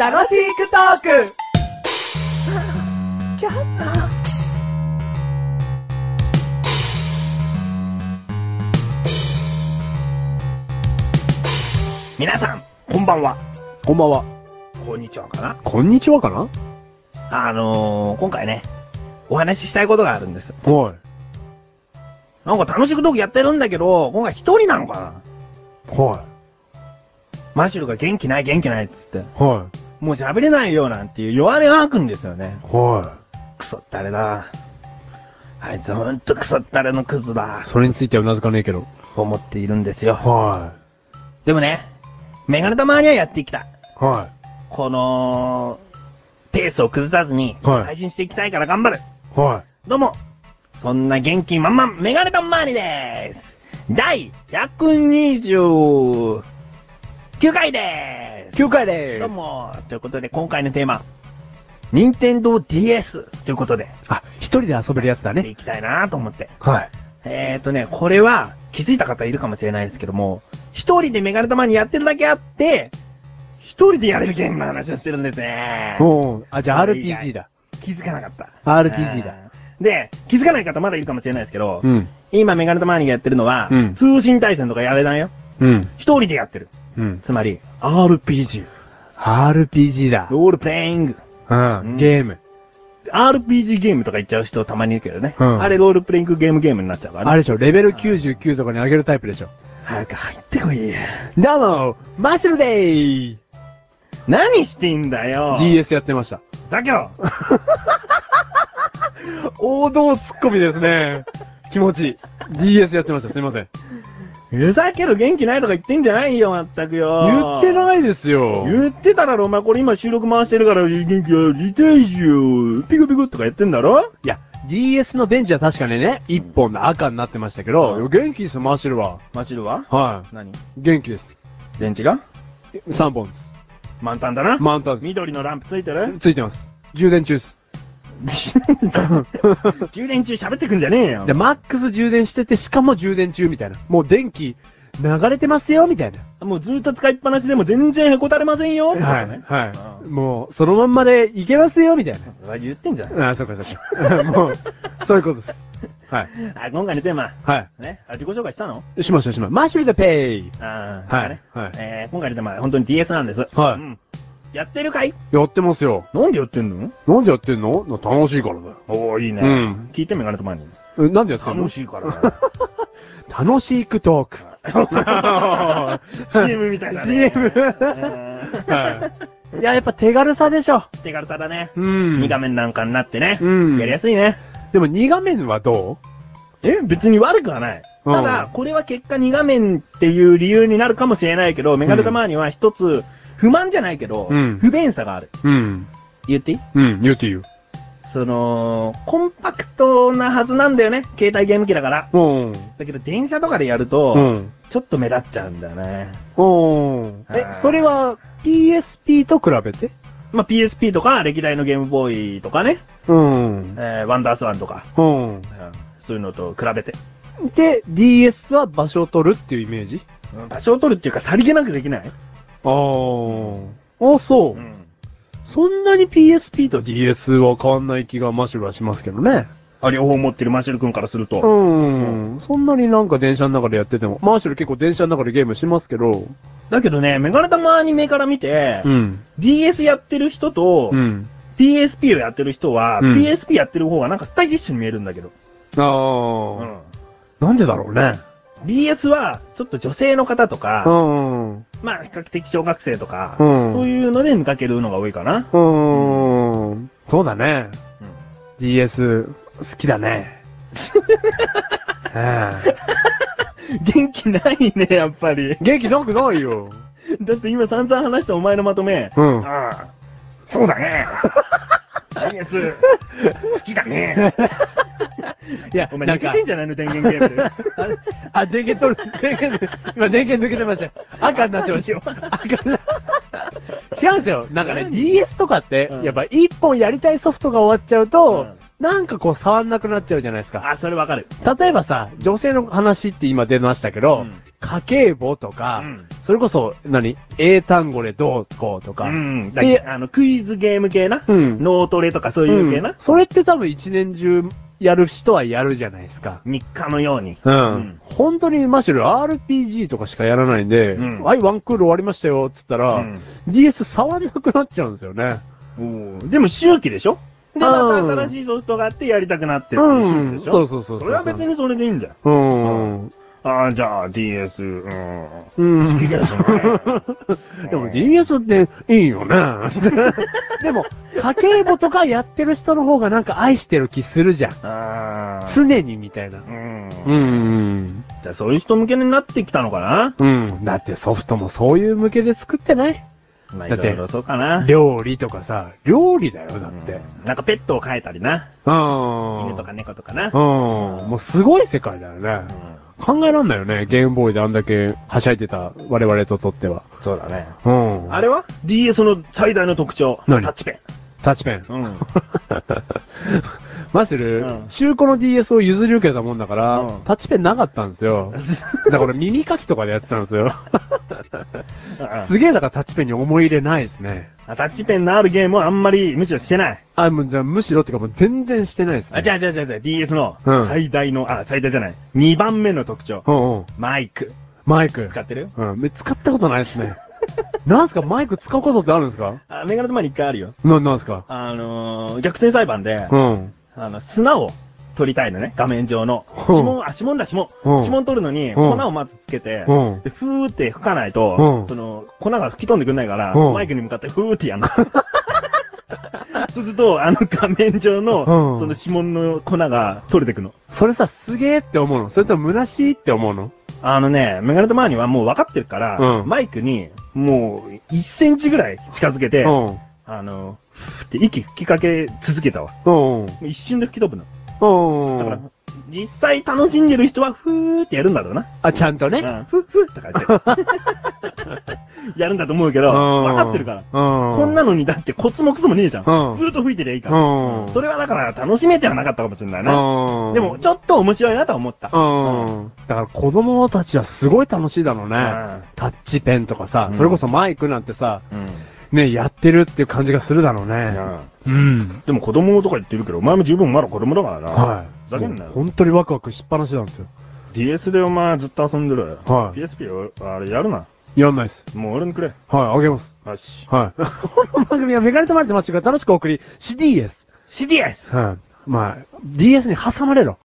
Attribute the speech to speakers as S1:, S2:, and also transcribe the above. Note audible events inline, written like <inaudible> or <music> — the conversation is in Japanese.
S1: 楽しくトーク
S2: 皆さん、こんばんは。
S3: こんばんは。
S2: こんにちはかな。
S3: こんにちはかな
S2: あのー、今回ね、お話ししたいことがあるんです。
S3: おい。
S2: なんか楽しくトークやってるんだけど、今回一人なのか
S3: は
S2: なマシュルが元気ない元気ないっつって、
S3: い。は
S2: もう喋れないよなんていう弱音を吐くんですよね。
S3: い。は
S2: クソったれだ。あいつほんとクソったれのクズだ
S3: い。。それについてはうなずかねえけど。
S2: と思っているんですよ。
S3: は
S2: でもね、メガネ玉にはやってきた。
S3: い。は
S2: この、ペースを崩さずに、
S3: はい
S2: 配信していきたいから頑張る。
S3: い。は
S2: どうも、そんな元気満々、メガネタンマーニです。第129回で
S3: い。
S2: す。
S3: 9回で
S2: どう。も、ということで今回のテーマ、任天堂 DS ということで、
S3: あ、一人で遊べるやつだ
S2: やって
S3: ね。
S2: いきたいなと思って。
S3: はい。
S2: えーとね、これは気づいた方いるかもしれないですけども、一人でメガネタマーニやってるだけあって、一人でやれるゲームの話をしてるんですね。
S3: おうあ、じゃあ
S2: それ以外
S3: RPG だ。
S2: 気づかなかった。
S3: RPG だ
S2: うん。で、気づかない方まだいるかもしれないですけど、
S3: ん。
S2: 今メガネとマーニがやってるのは、
S3: うん
S2: 通信対戦とかやれないよ。
S3: うん。
S2: 一人でやってる。
S3: うん。
S2: つまり、RPG。
S3: RPG だ。
S2: ロールプレイング。
S3: うん。ゲーム。
S2: RPG ゲームとか言っちゃう人たまにいるけどね。
S3: うん
S2: あれロールプレイングゲームゲームになっちゃうからね。
S3: あれでしょ、レベル99とかに上げるタイプでしょ。
S2: 早く入ってこい。
S3: どうも、マッシュルでー
S2: 何してんだよ。
S3: !DS やってました。
S2: だけど、
S3: 王道ツッコミですね。気持ちいい。DS やってました。すいません。
S2: ふざける元気ないとか言ってんじゃないよ、まったくよ。
S3: 言ってないですよ。
S2: 言ってただろ、お前これ今収録回してるから元気やりたいしよ。ピクピクとかやってんだろ
S3: いや、DS の電池は確かにね、一本の赤になってましたけど、
S2: うん
S3: 元気ですよ、マーシルは。
S2: マシルは
S3: は
S2: 何
S3: い。元気です。
S2: 電池が
S3: 3本です。
S2: 満タンだな。
S3: 満タンで
S2: 緑のランプついてる
S3: <laughs> す。ついてます。充電中です。
S2: 充電中喋ってくんじゃねえよ
S3: <laughs> で、。マックス充電してて、しかも充電中みたいな。もう電気、流れてますよ、みたいな。
S2: もうずっと使いっぱなしでも全然へこたれませんよ。ってことね。
S3: は
S2: う
S3: い。もう、そのまんまでいけますよ、みたい
S2: あ言ってんじゃん。
S3: な。あ、そうか、そうか。 <laughs> もう、そういうことです。はい。
S2: あ、今回のテーマ。
S3: は
S2: ね。あ、自己紹介したの
S3: い。しましょう、しましょう。マーシュルでペイ
S2: ああ、
S3: はい
S2: ね。
S3: はい
S2: えー、今回のテーマは本当に DS なんです。
S3: はい
S2: うん。やってるかい
S3: やってますよ。
S2: なんでやってんの
S3: なんでやってんのな楽しいからだよ。
S2: おー、いいね。
S3: うん
S2: 聞いてみようかなと思う
S3: えなんでやってんの
S2: 楽しいから
S3: 楽しくトーク。
S2: な。CM みたいだね。
S3: CM
S2: うん
S3: はい。いや、やっぱ手軽さでしょ。
S2: 手軽さだね。
S3: うん
S2: 2画面なんかになってね。
S3: うん。
S2: やりやすいね。
S3: でも2画面はど
S2: え、別に悪くはない。
S3: うん
S2: ただ、これは結果2画面っていう理由になるかもしれないけど、メガネタマーには一つ、不満じゃないけど、
S3: うん
S2: 不便さがある。
S3: ううん。
S2: 言っていい
S3: うん、言うて言う。
S2: その、コンパクトなはずなんだよね。携帯ゲーム機だから。
S3: うん。
S2: だけど、電車とかでやると、
S3: うん。
S2: ちょっと目立っちゃうんだよね。
S3: うん。え
S2: あー、
S3: それは PSP と比べて
S2: まあ、PSP とか、歴代のゲームボーイとかね、
S3: うん。
S2: えーワンダースワンとか、
S3: うん。
S2: うんそういうのと比べて、
S3: で、DS は場所を取るっていうイメージ
S2: うん場所を取るっていうか、さりげなくできない、
S3: あー。あ、そうう。
S2: ん、
S3: そんなに PSP と DS は変わんない気がマシュルはしますけどね。
S2: あ両方持ってるマシル君からすると、
S3: うん。そんなになんか電車の中でやってても。マーシュル結構電車の中でゲームしますけど。
S2: だけどね、メガネタマアニメから見て、
S3: うん。
S2: DS やってる人と、
S3: うん。
S2: PSP をやってる人は、
S3: うん
S2: PSP やってる方がなんかスタイリッシュに見えるんだけど。
S3: あ
S2: う
S3: ー。
S2: ん。
S3: なんでだろうね。
S2: DS は、ちょっと女性の方とか、
S3: うん。
S2: まあ、比較的小学生とか、
S3: うん
S2: そういうので見かけるのが多いかな。 <laughs>
S3: うーん。そうだね。
S2: うん
S3: DS、好きだ <laughs> ね。ああ
S2: 元気ないね、やっぱり。
S3: 元気なくないよ。
S2: だって今散々話したお前のまとめ。
S3: うん。
S2: ああ、そうだ
S3: <laughs>
S2: ね。DS、好きだ
S3: <laughs>
S2: ね。
S3: いや
S2: お前、抜けてんじゃないの、電源ゲームで。
S3: あれあ、電源取る、電源、今電源抜けてましたよ。赤になってましたよ。赤にな違うんですよ。なんかね、
S2: 何
S3: DS とかって
S2: うん、
S3: やっぱ一本やりたいソフトが終わっちゃうと
S2: うん、
S3: なんかこう触んなくなっちゃうじゃないですか。
S2: あ、それわかる。
S3: 例えばさ、女性の話って今出ましたけ
S2: う
S3: ど、
S2: ん
S3: 家計簿とか、
S2: うん
S3: それこそ、何英単語でどうこうとか。
S2: うん。だ
S3: で
S2: あの、クイズゲーム系な。
S3: うん
S2: 脳トレとかそういう系
S3: う。
S2: なん
S3: それって多分一年中やる人はやるじゃないですか。
S2: 日課のように。うん
S3: 本当にマシュル RPG とかしかやらないんで、
S2: うん
S3: はい、ワンクール終わりましたよ、っつったら、
S2: うん
S3: DS 触れなくなっちゃうんですよね。
S2: おーでも周期でしょで、また新しいソフトがあってやりたくなってっていう周期でしょ
S3: そうそうそうう。
S2: それは別。にそれでいいんだよ。
S3: うん。
S2: ああ、じゃあ DS、うん。
S3: うん。
S2: 好きです <laughs> ね。
S3: <laughs> でも DS っていい
S2: <laughs>
S3: よね。でも、家計簿とかやってる人の方がなんか愛してる気するじゃん。
S2: ああ。
S3: 常にみたいな。
S2: うん。
S3: うん。
S2: じゃあそういう人向けになってきたのかな
S3: うん。だってソフトもそういう向けで作ってない
S2: まあい
S3: だって
S2: ろいろそうかな。
S3: 料理とかさ、料理だよ、だっ
S2: う
S3: て。
S2: んなんかペットを飼えたりな。
S3: うん。
S2: 犬とか猫とかな
S3: う。ん。もうすごい世界だよね。考えらんないよね。ゲームボーイであんだけはしゃいでた我々ととっては。
S2: そうだね。
S3: うん。
S2: あれは ?DS の最大の特徴。
S3: 何
S2: タッチペ
S3: タッチペン。
S2: ン。 <laughs> うん。
S3: マッシュル、
S2: うん
S3: 中古の DS を譲り受けたもんだから、
S2: うん
S3: タッチペンなかったんで
S2: <laughs>
S3: すよ。だから俺耳かきとかでやってたんですよ。すげえだからタッチペンに思い入れないですね。
S2: あタッチペンのあるゲームはあんまりむしろしてない。
S3: あ、もうじゃあむしろっていうかもう全然してないですね。
S2: あ、じ
S3: ゃ
S2: ゃあじゃあじゃあじゃあ DS の
S3: うん
S2: 最大の、あ、最大じゃない。2番目の特徴。
S3: うんうん。
S2: マイク。
S3: マイク。
S2: 使ってるよ。
S3: うん。使ったことないですね。なんすかマイク使うことってあるんですか
S2: あ、メガネ玉に一回あるよ。
S3: な、なんすか
S2: あのー、逆転裁判で、
S3: うん。
S2: あの、砂を取りたいのね、画面上の。
S3: うん
S2: 指紋、あ、指紋だ、指紋。
S3: うん
S2: 指紋取るのに、粉をまずつけて、
S3: うん。
S2: で、ふーって吹かないと、
S3: うん
S2: その、粉が吹き飛んでくんないから、
S3: うん
S2: マイクに向かってふーって
S3: <laughs>
S2: やんの。そうすると、あの画面上の、
S3: うん
S2: その指紋の粉が取れてくの。
S3: それさ、すげえって思うのそれとも虚しいって思うの
S2: あのね、メガネとマーニはもう分かってるから、
S3: うん
S2: マイクに、もう、1センチぐらい近づけて、
S3: うん。
S2: あの、ふーって息吹きかけ続けたわ。
S3: うん。
S2: もう一瞬で吹き飛ぶの。だ
S3: う
S2: から
S3: ん。、
S2: 実際楽しんでる人は、ふーってやるんだろうな。
S3: あ、ちゃんとね。
S2: うん、ふっふっとか言って。やるんだと思うけど、分かってるから。
S3: ら。うん。
S2: こんなのにだってコツもクソもねえじゃん。
S3: うん
S2: ずっと吹いてりゃいいから。
S3: うん
S2: それはだから楽しめてはなかったかもしれないね。
S3: うん。
S2: でも、ちょっと面白いなとは思った。
S3: うん。だから子供たちはすごい楽しいだろう
S2: う
S3: ね。
S2: ん。
S3: タッチペンとかさ
S2: う、ん
S3: それこそマイクなんてさ、
S2: うん。
S3: ね、やってるっていう感じがするだろうね。うん。
S2: でも子供とか言ってるけど、お前も十分まだ子供だからな。
S3: はい。
S2: だけんな
S3: もう本当にワクワクしっぱなしなんですよ。
S2: DS でお前ずっと遊んでる。
S3: はい。
S2: PSP あれやるな。
S3: やんないです。
S2: もう俺にくれ。
S3: はい、あげます。
S2: よし。
S3: はい。 <laughs> この番組はメガネとマリとマッチが楽しくお送り、CDS。
S2: CDS!
S3: はい。まあ、DS に挟まれろ。